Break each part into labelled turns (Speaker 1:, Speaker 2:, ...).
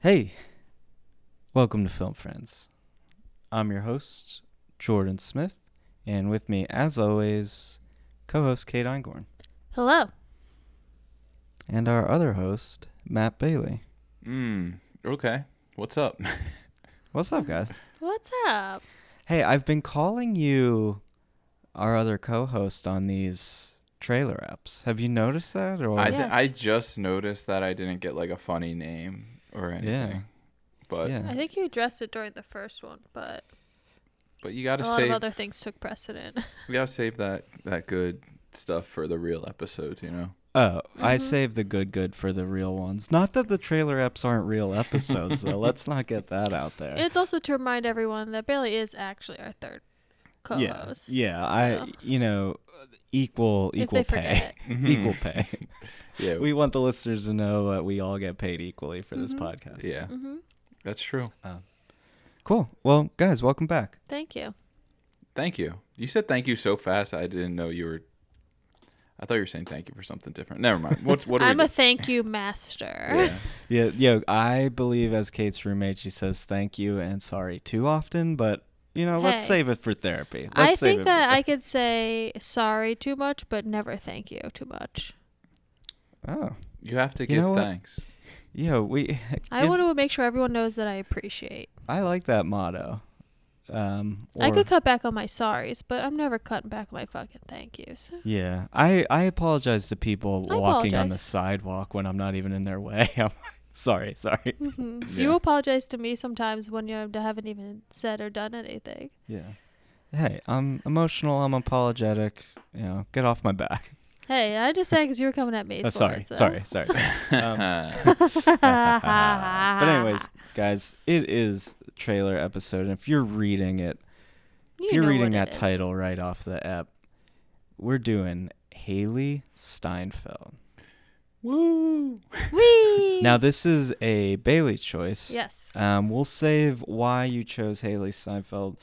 Speaker 1: Hey, welcome to Film Friends. I'm your host, Jordan Smith, and with me, as always, co host Kate Eingorn
Speaker 2: Hello.
Speaker 1: and our other host, Matt Bailey.
Speaker 3: Mm, okay. What's up?
Speaker 1: What's up, guys?
Speaker 2: What's up?
Speaker 1: Hey, I've been calling you our other co host on these trailer apps. Have you noticed that? Or
Speaker 3: I,
Speaker 2: Yes.
Speaker 3: I just noticed that I didn't get like a funny name or anything. But
Speaker 1: Yeah.
Speaker 2: I think you addressed it during the first one, but
Speaker 3: but you
Speaker 2: a
Speaker 3: gotta
Speaker 2: lot
Speaker 3: save
Speaker 2: of other things took precedent.
Speaker 3: we gotta save that that good stuff for the real episodes, you know.
Speaker 1: Oh, I
Speaker 2: Mhm.
Speaker 1: saved the good good for the real ones. Not that the trailer apps aren't real episodes, though. Let's not get that out there.
Speaker 2: it's also to remind everyone that Bailey is actually our third co-host.
Speaker 1: Yeah, yeah.
Speaker 2: so
Speaker 1: I you know equal
Speaker 2: if they
Speaker 1: equal pay.
Speaker 2: forget
Speaker 1: equal pay.
Speaker 3: Yeah.
Speaker 1: we want the listeners to know that we all get paid equally for this
Speaker 2: Mhm.
Speaker 1: podcast.
Speaker 3: yeah.
Speaker 2: It. hmm
Speaker 3: That's true.
Speaker 1: Cool. Well, guys, welcome back.
Speaker 2: Thank you.
Speaker 3: Thank you. You said thank you so fast I didn't know you were I thought you were saying thank you for something different. Never mind. What's what are
Speaker 2: I'm
Speaker 3: we
Speaker 2: a thank you master.
Speaker 3: doing? yeah.
Speaker 1: Yeah, yo, I believe as Kate's roommate, she says thank you and sorry too often, but you know, let's
Speaker 2: Hey.
Speaker 1: save it for therapy. Let's save
Speaker 2: I
Speaker 1: it
Speaker 2: think
Speaker 1: for
Speaker 2: that I
Speaker 1: ther-
Speaker 2: could say sorry too much, but never thank you too much.
Speaker 1: Oh,
Speaker 3: You have to
Speaker 1: You
Speaker 3: give
Speaker 1: know what?
Speaker 3: thanks.
Speaker 1: yeah, we.
Speaker 2: I
Speaker 1: give-
Speaker 2: want to make sure everyone knows that I appreciate.
Speaker 1: I like that motto. Um,
Speaker 2: I
Speaker 1: or-
Speaker 2: could cut back on my sorries, but I'm never cutting back on my fucking thank yous.
Speaker 1: Yeah, I I apologize to people
Speaker 2: I
Speaker 1: walking on
Speaker 2: apologize.
Speaker 1: the sidewalk when I'm not even in their way. I'm sorry, sorry.
Speaker 2: hmm You
Speaker 3: Yeah.
Speaker 2: apologize to me sometimes when you haven't even said or done anything.
Speaker 1: Yeah. Hey, I'm emotional. I'm apologetic. You know, get off my back.
Speaker 2: Hey, I just said because you were coming at me.
Speaker 1: Oh,
Speaker 2: is what I
Speaker 1: sorry,
Speaker 2: said.
Speaker 1: sorry, sorry, sorry. Um, but anyways, guys, it is trailer episode, and if you're reading it,
Speaker 2: You
Speaker 1: if you're
Speaker 2: know
Speaker 1: reading
Speaker 2: what it
Speaker 1: that
Speaker 2: is.
Speaker 1: title right off the app, we're doing Haley Steinfeld.
Speaker 3: Woo.
Speaker 2: Whee!
Speaker 1: Now, this is a Bailey choice.
Speaker 2: yes,
Speaker 1: Um, we'll save why you chose Haley Steinfeld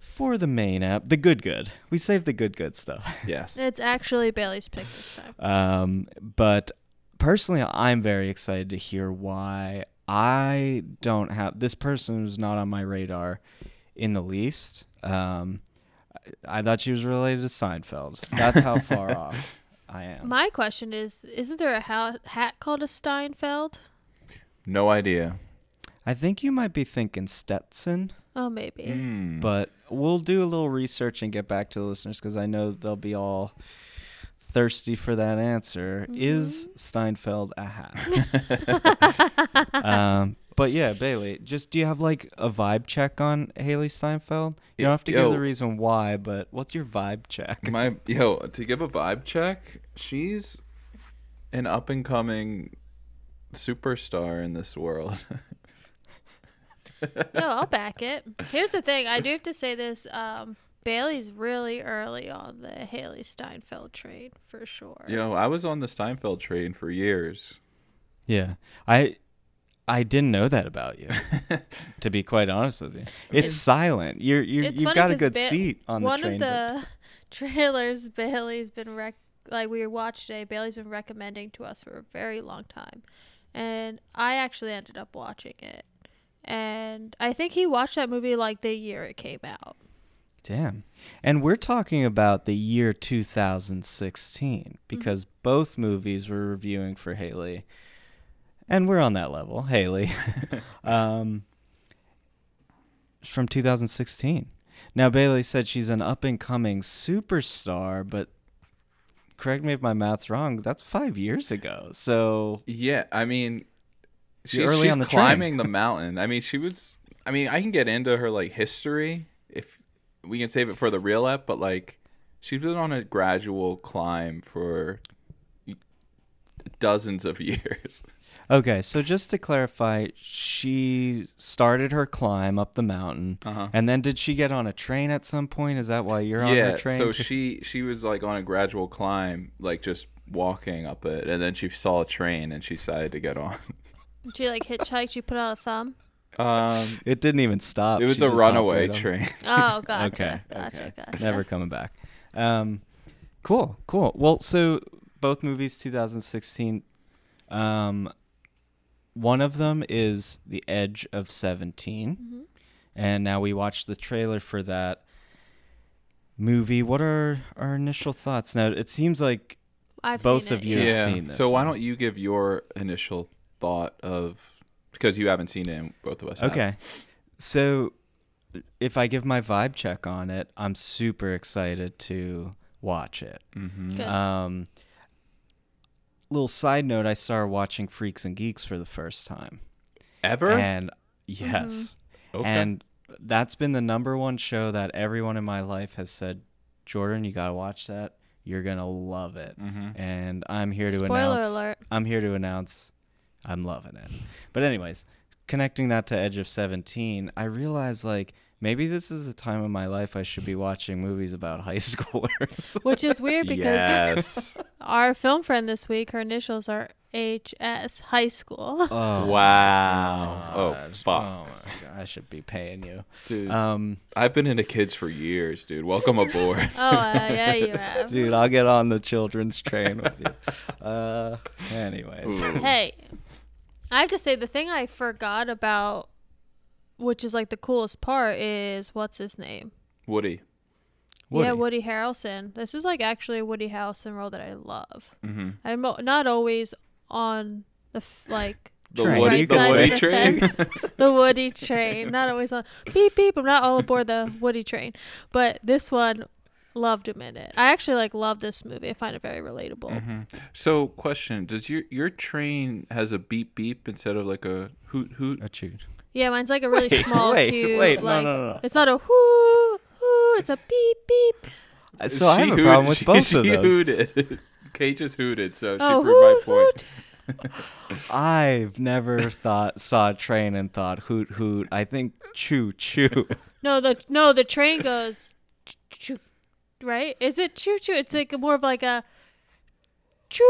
Speaker 1: for the main app, the good good. We save the good good stuff.
Speaker 3: Yes.
Speaker 2: it's actually Bailey's pick this time.
Speaker 1: Um, but personally, I'm very excited to hear why I don't have this person was not on my radar in the least. Um, I, I thought she was related to Seinfeld. That's how far off I am.
Speaker 2: My question is: Isn't there a ha- hat called a Steinfeld?
Speaker 3: No idea.
Speaker 1: I think you might be thinking Stetson.
Speaker 2: Oh, maybe.
Speaker 3: Mm.
Speaker 1: But we'll do a little research and get back to the listeners because I know they'll be all thirsty for that answer. Is
Speaker 2: Mm-hmm.
Speaker 1: Steinfeld a hat? um, but yeah, Bailey, just do you have like a vibe check on Haley Steinfeld? You don't have to give
Speaker 3: Yo.
Speaker 1: the reason why, but what's your vibe check?
Speaker 3: My yo, to give a vibe check, she's an up and coming superstar in this world.
Speaker 2: No, I'll back it. Here's the thing: I do have to say this. Um, Bailey's really early on the Haley Steinfeld train for sure.
Speaker 3: yo, I was on the Steinfeld train for years.
Speaker 1: Yeah, I I didn't know that about you. to be quite honest with you, it's silent. You're, you're
Speaker 2: It's
Speaker 1: you've
Speaker 2: funny
Speaker 1: got a
Speaker 2: 'cause
Speaker 1: good
Speaker 2: Ba-
Speaker 1: seat on the
Speaker 2: one
Speaker 1: train.
Speaker 2: of
Speaker 1: but-
Speaker 2: the trailers Bailey's been rec- like we watched today. Bailey's been recommending to us for a very long time, and I actually ended up watching it. And I think he watched that movie like the year it came out.
Speaker 1: Damn. And we're talking about the year 2016 because both movies we're reviewing for Haley. And we're on that level, Haley. um, it's from 2016. Now, Bailey said she's an up and coming superstar, but correct me if my math's wrong, that's five years ago. So,
Speaker 3: Yeah, I mean, she's,
Speaker 1: early
Speaker 3: she's
Speaker 1: on the train.
Speaker 3: climbing the mountain. I mean, she was. I mean, I can get into her like history if we can save it for the real app, but like, she's been on a gradual climb for dozens of years.
Speaker 1: okay, so just to clarify, she started her climb up the mountain.
Speaker 3: Uh-huh.
Speaker 1: And then did she get on a train at some point? Is that why you're on her train?
Speaker 3: so
Speaker 1: too?
Speaker 3: she she was like on a gradual climb, like just walking up it, and then she saw a train and she decided to get on.
Speaker 2: She like hitchhiked. She put out a thumb.
Speaker 3: Um,
Speaker 1: it didn't even stop.
Speaker 3: it was
Speaker 1: Oh, She
Speaker 3: a
Speaker 1: just hopped
Speaker 3: runaway
Speaker 1: right on.
Speaker 3: train.
Speaker 2: Oh, gotcha,
Speaker 1: Okay,
Speaker 2: gotcha, gotcha.
Speaker 1: Never coming back. Um, cool, cool. Well, so both movies 2016. Um, one of them is The Edge of 17. And now we watched the trailer for that movie. What are our initial thoughts? Now, it seems like
Speaker 2: I've
Speaker 1: Both
Speaker 2: seen
Speaker 1: of
Speaker 2: it,
Speaker 1: you
Speaker 2: yeah.
Speaker 1: have seen this
Speaker 3: so why
Speaker 1: one.
Speaker 3: don't you give your initial thought of because you haven't seen it and both of us have.
Speaker 1: Okay. So if I give my vibe check on it, I'm super excited to watch it.
Speaker 3: Mhm.
Speaker 2: Good.
Speaker 1: Um little side note, I started watching Freaks and Geeks for the first time.
Speaker 3: Ever?
Speaker 1: And yes.
Speaker 2: Mm-hmm.
Speaker 3: okay.
Speaker 1: And that's been the number one show that everyone in my life has said, Jordan, you got to watch that. You're going to love it.
Speaker 3: Mhm.
Speaker 1: And I'm here to
Speaker 2: Mm-hmm. Spoiler
Speaker 1: announce
Speaker 2: alert.
Speaker 1: I'm here to announce I'm loving it. But anyways, connecting that to Edge of 17, I realized like maybe this is the time of my life I should be watching movies about high schoolers.
Speaker 2: Which is weird because
Speaker 3: yes.
Speaker 2: our film friend this week, her initials are HS, high school.
Speaker 1: oh,
Speaker 3: wow. Oh
Speaker 1: gosh.
Speaker 3: fuck.
Speaker 1: Oh, my God. I should be paying you.
Speaker 3: Dude,
Speaker 1: Um
Speaker 3: I've been into kids for years, dude. Welcome aboard.
Speaker 2: Oh, uh, yeah, you have.
Speaker 1: Dude, I'll get on the children's train with you. Uh, anyways,
Speaker 3: Ooh.
Speaker 2: Hey, I have to say the thing I forgot about, which is like the coolest part, is what's his name?
Speaker 3: Woody.
Speaker 1: Woody.
Speaker 2: Yeah, Woody Harrelson. This is like actually a Woody Harrelson role that I love.
Speaker 3: Mm-hmm.
Speaker 2: I'm mo- not always on the f- like
Speaker 3: The
Speaker 1: Train.
Speaker 3: Woody,
Speaker 1: Right
Speaker 3: the
Speaker 1: side of
Speaker 3: Woody
Speaker 1: the
Speaker 3: train.
Speaker 2: the Woody train. Not always on beep beep. I'm not all aboard the Woody train, but this one loved him in it. I actually like love this movie. I find it very relatable.
Speaker 3: Mm-hmm. so, question: Does your your train has a beep beep instead of like a hoot hoot?
Speaker 1: a chewed.
Speaker 2: Yeah, mine's like a really small,
Speaker 1: wait,
Speaker 2: cute.
Speaker 1: wait, no,
Speaker 2: like,
Speaker 1: no, no, no.
Speaker 2: It's not a whoo whoo. It's a beep beep.
Speaker 1: Uh, So I have
Speaker 3: She
Speaker 1: a
Speaker 3: hooted-
Speaker 1: problem with
Speaker 3: she-
Speaker 1: both
Speaker 3: she
Speaker 1: of those.
Speaker 3: Hooted. Kay just hooted, so
Speaker 2: Oh,
Speaker 3: she proved my
Speaker 2: hoot,
Speaker 3: point.
Speaker 1: I've never thought saw a train and thought hoot hoot. I think choo choo.
Speaker 2: No, the no the train goes choo, right? Is it choo choo? It's like more of like a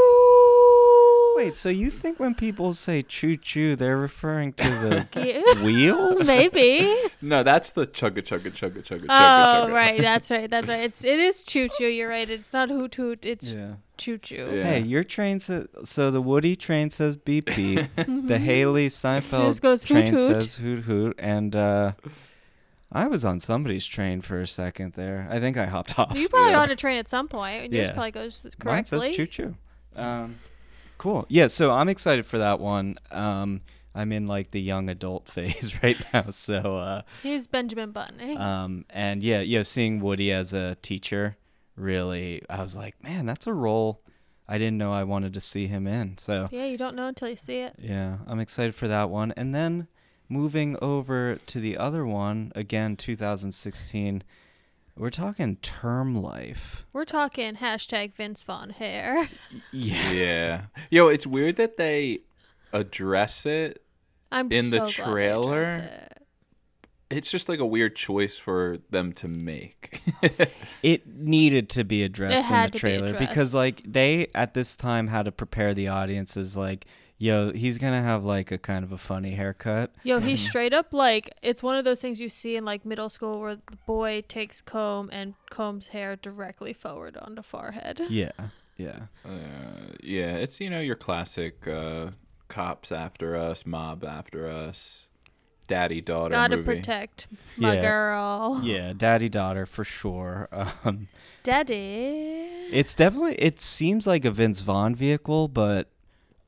Speaker 2: choo.
Speaker 1: Wait, so you think when people say choo choo, they're referring to
Speaker 2: Yeah.
Speaker 1: the wheels?
Speaker 2: Maybe.
Speaker 3: No, that's the chugga chugga chugga chugga chugga.
Speaker 2: Oh,
Speaker 3: chugga.
Speaker 2: right. That's right. That's right. It's it is choo choo. You're right. It's not hoot hoot. It's
Speaker 1: Yeah.
Speaker 2: choo choo.
Speaker 3: Yeah.
Speaker 1: Hey, your train says so. The Woody train says beep beep. the Haley Seinfeld
Speaker 2: Just Mm-hmm. goes hoot,
Speaker 1: train
Speaker 2: hoot.
Speaker 1: says hoot hoot. And uh, I was on somebody's train for a second there. I think I hopped off.
Speaker 2: You probably
Speaker 1: So-
Speaker 2: on a train at some point, and yours
Speaker 1: Yeah.
Speaker 2: probably goes
Speaker 1: Mine says
Speaker 2: correctly.
Speaker 1: choo choo. Um, cool. Yeah, so I'm excited for that one. Um, I'm in like the young adult phase right now. So,
Speaker 2: He's Benjamin Button. eh?
Speaker 1: uh, um, and yeah, yeah, seeing Woody as a teacher really, I was like, man, that's a role I didn't know I wanted to see him in. So,
Speaker 2: yeah, you don't know until you see it.
Speaker 1: yeah, I'm excited for that one. And then moving over to the other one, again, 2016, we're talking term life.
Speaker 2: We're talking hashtag Vince Vaughn hair.
Speaker 1: Yeah.
Speaker 3: Yeah. Yo, it's weird that they address it.
Speaker 2: I'm
Speaker 3: In
Speaker 2: so
Speaker 3: the
Speaker 2: glad they
Speaker 3: trailer?
Speaker 2: addressed it.
Speaker 3: It's just like a weird choice for them to make.
Speaker 1: it needed to be
Speaker 2: It
Speaker 1: addressed in the
Speaker 2: had to be
Speaker 1: trailer
Speaker 2: addressed.
Speaker 1: because like they at this time had to prepare the audiences like yo he's gonna have like a kind of a funny haircut
Speaker 2: Yo, he's
Speaker 3: Mm-hmm.
Speaker 2: straight up like it's one of those things you see in like middle school where the boy takes comb and combs hair directly forward on the forehead.
Speaker 1: yeah yeah
Speaker 3: uh, yeah, it's you know your classic uh, cops after us, mob after us, daddy daughter
Speaker 2: Gotta
Speaker 3: movie.
Speaker 2: protect my
Speaker 1: Yeah.
Speaker 2: girl,
Speaker 1: yeah daddy daughter for sure um
Speaker 2: daddy.
Speaker 1: it's definitely it seems like a vince vaughn vehicle but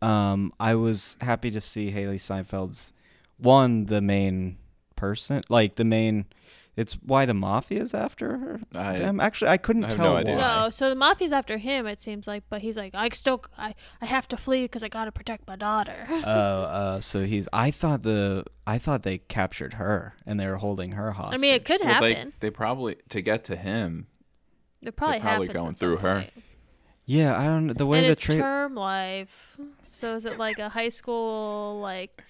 Speaker 1: um i was happy to see haley seinfeld's one the main person like the main it's why the mafia is after her
Speaker 3: I-
Speaker 1: them actually i couldn't
Speaker 3: I have no
Speaker 1: tell
Speaker 3: idea.
Speaker 1: why
Speaker 2: No, so the mafia's after him. It seems like, but he's like, I still, I, I have to flee because I gotta protect my daughter.
Speaker 1: Oh, uh, so he's. I thought the. I thought they captured her and they were holding her
Speaker 2: I
Speaker 1: hostage.
Speaker 2: mean, it could
Speaker 3: Well,
Speaker 2: happen.
Speaker 3: they, they probably to get to him.
Speaker 2: it probably,
Speaker 3: probably
Speaker 2: happens
Speaker 3: going
Speaker 2: at some
Speaker 3: through her.
Speaker 2: point.
Speaker 1: yeah, I don't. know. The way
Speaker 2: And
Speaker 1: the
Speaker 2: it's
Speaker 1: tra-
Speaker 2: term life. So is it like a high school like,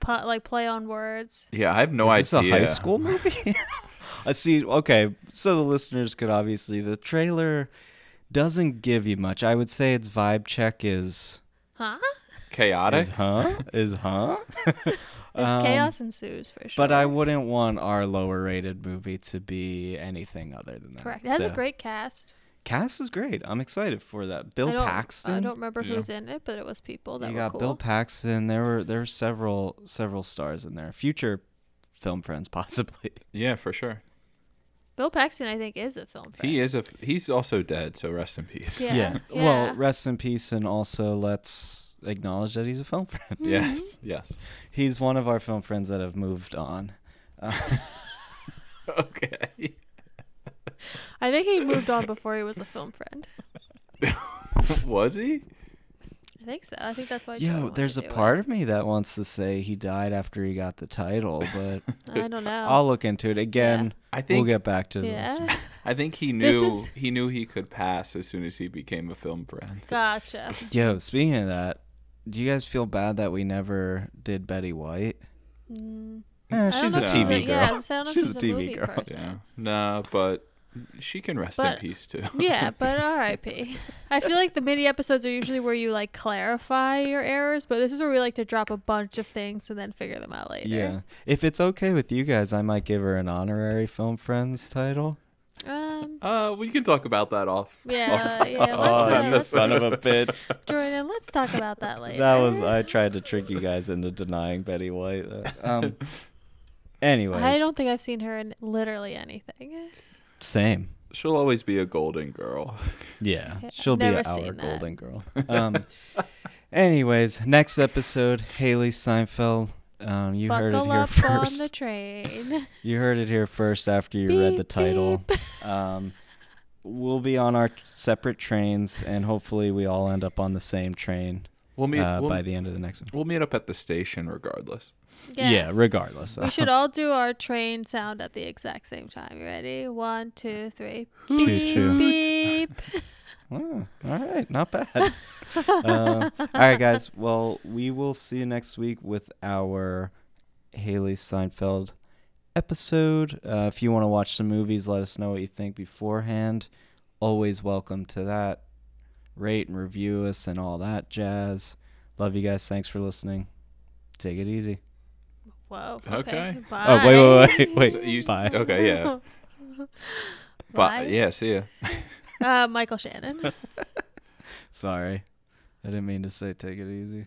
Speaker 2: pu- like play on words?
Speaker 3: Yeah, I have no
Speaker 1: Is this
Speaker 3: idea.
Speaker 1: a high school movie? I see. Okay, so the listeners could obviously the trailer doesn't give you much. I would say its vibe check is
Speaker 2: Huh?
Speaker 3: Chaotic.
Speaker 1: is huh is huh.
Speaker 2: It's chaos ensues for sure.
Speaker 1: But I wouldn't want our lower rated movie to be anything other than that.
Speaker 2: correct. It has a
Speaker 1: so-
Speaker 2: great cast.
Speaker 1: Cass is great. I'm excited for that. Bill
Speaker 2: I don't-
Speaker 1: Paxton.
Speaker 2: I don't remember
Speaker 3: Yeah.
Speaker 2: who's in it, but it was people that
Speaker 1: you
Speaker 2: were
Speaker 1: got
Speaker 2: cool.
Speaker 1: Bill Paxton. There were there were several several stars in there. Future film friends possibly.
Speaker 3: Yeah, for sure.
Speaker 2: Bill Paxton, I think, is a film.
Speaker 3: He
Speaker 2: fan.
Speaker 3: is a. He's also dead. So rest in peace.
Speaker 2: Yeah. yeah.
Speaker 1: Well, rest in peace and also let's acknowledge that he's a film friend.
Speaker 3: Yes. Yes.
Speaker 1: He's one of our film friends that have moved on.
Speaker 3: Okay.
Speaker 2: I think he moved on before he was a film friend.
Speaker 3: Was he?
Speaker 2: I think so. I think that's why. Joey
Speaker 1: Yo,
Speaker 2: wanted
Speaker 1: there's
Speaker 2: to
Speaker 1: a
Speaker 2: do it.
Speaker 1: part of me that wants to say he died after he got the title, but
Speaker 2: I don't know.
Speaker 1: I'll look into it again.
Speaker 3: I think.
Speaker 1: we'll get back to this.
Speaker 2: Oh. yeah.
Speaker 3: I think he
Speaker 2: This
Speaker 3: knew.
Speaker 2: is-
Speaker 3: He knew he could pass as soon as he became a film friend.
Speaker 2: Gotcha.
Speaker 1: Yo, speaking of that, do you guys feel bad that we never did Betty White?
Speaker 2: Mm,
Speaker 1: Eh,
Speaker 2: I don't
Speaker 1: she's
Speaker 2: know
Speaker 1: a
Speaker 2: if
Speaker 3: she's
Speaker 1: TV
Speaker 3: a-
Speaker 1: girl.
Speaker 2: Yeah, I was gonna say, I don't know if
Speaker 1: She's a
Speaker 2: she's a
Speaker 1: TV
Speaker 2: movie
Speaker 1: girl.
Speaker 2: person.
Speaker 3: Yeah. Nah, but she can rest
Speaker 2: But-
Speaker 3: in peace too.
Speaker 2: yeah, but R.I.P. I feel like the mini episodes are usually where you like clarify your errors, but this is where we like to drop a bunch of things and then figure them out later.
Speaker 1: Yeah. If it's okay with you guys, I might give her an honorary film friends title.
Speaker 2: Um.
Speaker 3: Uh, we can talk about that off.
Speaker 2: Yeah.
Speaker 3: off-
Speaker 2: yeah.
Speaker 3: off
Speaker 1: Oh,
Speaker 2: Let's, uh,
Speaker 1: you
Speaker 2: let's,
Speaker 1: son of a bitch.
Speaker 2: Jordan, let's talk about that later.
Speaker 1: That was I tried to trick you guys into denying Betty White. that. Um anyways.
Speaker 2: I don't think I've seen her in literally anything.
Speaker 1: same.
Speaker 3: She'll always be a golden girl.
Speaker 1: Yeah.
Speaker 2: Yeah,
Speaker 1: She'll be
Speaker 2: never
Speaker 1: our
Speaker 2: seen that.
Speaker 1: golden girl. Um anyways, next episode, Haley Seinfeld. Um you heard it
Speaker 2: Buckle
Speaker 1: here
Speaker 2: up
Speaker 1: first.
Speaker 2: on the train.
Speaker 1: You heard it here first after you read the
Speaker 2: Beep,
Speaker 1: title.
Speaker 2: beep.
Speaker 1: Um, we'll be on our separate trains, and hopefully, we all end up on the same train
Speaker 3: We'll meet.
Speaker 1: uh,
Speaker 3: we'll,
Speaker 1: by the end of the next one.
Speaker 3: we'll meet up at the station regardless.
Speaker 1: Yeah,
Speaker 2: Yes.
Speaker 1: regardless.
Speaker 2: We should all do our train sound at the exact same time. You ready? One, two, three.
Speaker 1: Choo
Speaker 2: Beep,
Speaker 1: choo.
Speaker 2: beep.
Speaker 1: Oh, all right, not bad. um, all right, guys. Well, we will see you next week with our Haley Seinfeld episode. Uh, if you want to watch some movies, let us know what you think beforehand. Always welcome to that. Rate and review us and all that jazz. Love you guys. Thanks for listening. Take it easy.
Speaker 2: Whoa.
Speaker 3: Okay.
Speaker 2: Okay. Bye.
Speaker 1: Oh, wait, wait, wait,
Speaker 3: So
Speaker 1: wait.
Speaker 3: you-
Speaker 1: Bye.
Speaker 3: Okay, yeah.
Speaker 2: Bye.
Speaker 3: But yeah, see ya.
Speaker 2: Uh, Michael Shannon.
Speaker 1: Sorry. I didn't mean to say take it easy.